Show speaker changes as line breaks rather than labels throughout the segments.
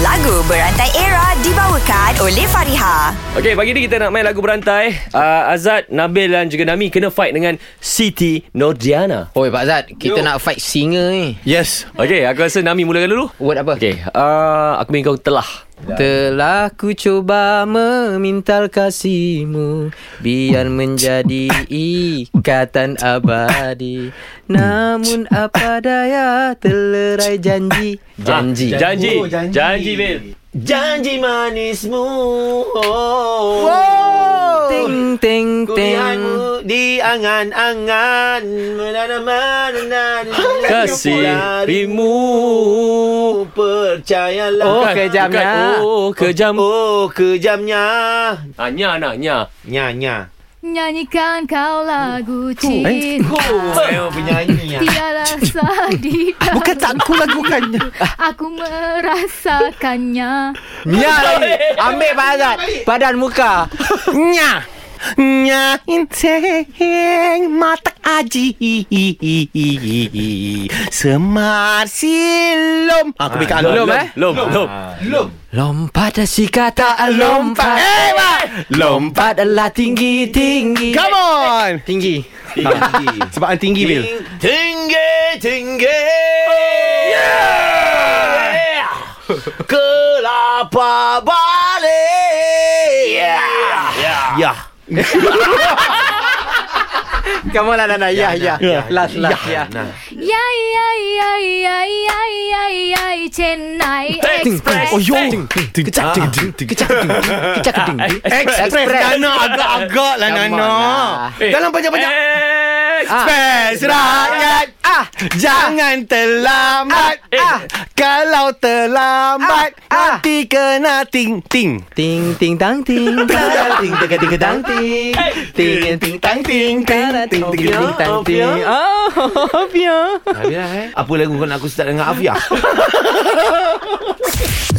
Lagu Berantai Era dibawakan oleh Fariha.
Okey, pagi ni kita nak main lagu berantai. Uh, Azad, Nabil dan juga Nami kena fight dengan Siti Nordiana.
Oi Pak Zat Kita Yo. nak fight singer ni
Yes. Okey, aku rasa Nami mulakan dulu.
Word apa?
Okey, uh, aku ingin kau telah.
Telah ku cuba memintal kasihmu Biar menjadi ikatan abadi Namun apa daya telerai janji Janji
Ah, janji. Oh, janji. Janji, Bil.
Janji manismu oh.
Ting ting ting
Kulihanmu di angan-angan Menanaman
Kasirimu.
Percayalah
Oh, kejamnya.
Oh, kejam.
Oh kejamnya
Ah, nya, nah, nya.
Nya-nya
Nyanyikan kau lagu cinta
Oh penyanyi ya.
Tiada rasa di dalam Bukan tak aku lakukannya Aku merasakannya
Nya lagi Ambil Pak Zat Padan muka
Nya Nyain teng matak aji Semar silom Aku bikin
Lom,
alum
lom, eh?
Lom, lom.
Lompat si kata lompat
Eh mak
Lompat adalah tinggi-tinggi
Come on
Tinggi
Sebab ang tinggi Bil
Tinggi Tinggi Yeah Kelapa balik Yeah Yeah
Come on lah Nana Ya ya Last last ya
Yai yai yai yai yai yai yai Chennai Express
Oh yo Kecak ting ting ting Kecak ting Kecak ting Express Nana agak-agak lah
Come on
Nana
lah.
Dalam banyak-banyak
Eh,
Ah.
Express rakyat ah jangan terlambat ah kalau terlambat
Ah.
nanti kena ting ting
Ting ting tang ting ting ting ting tang ting ting ting tang ting ting ting ting tang ting. Oh, Pia.
Eh, Apa lagu kau nak aku start dengan Afiah?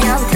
yang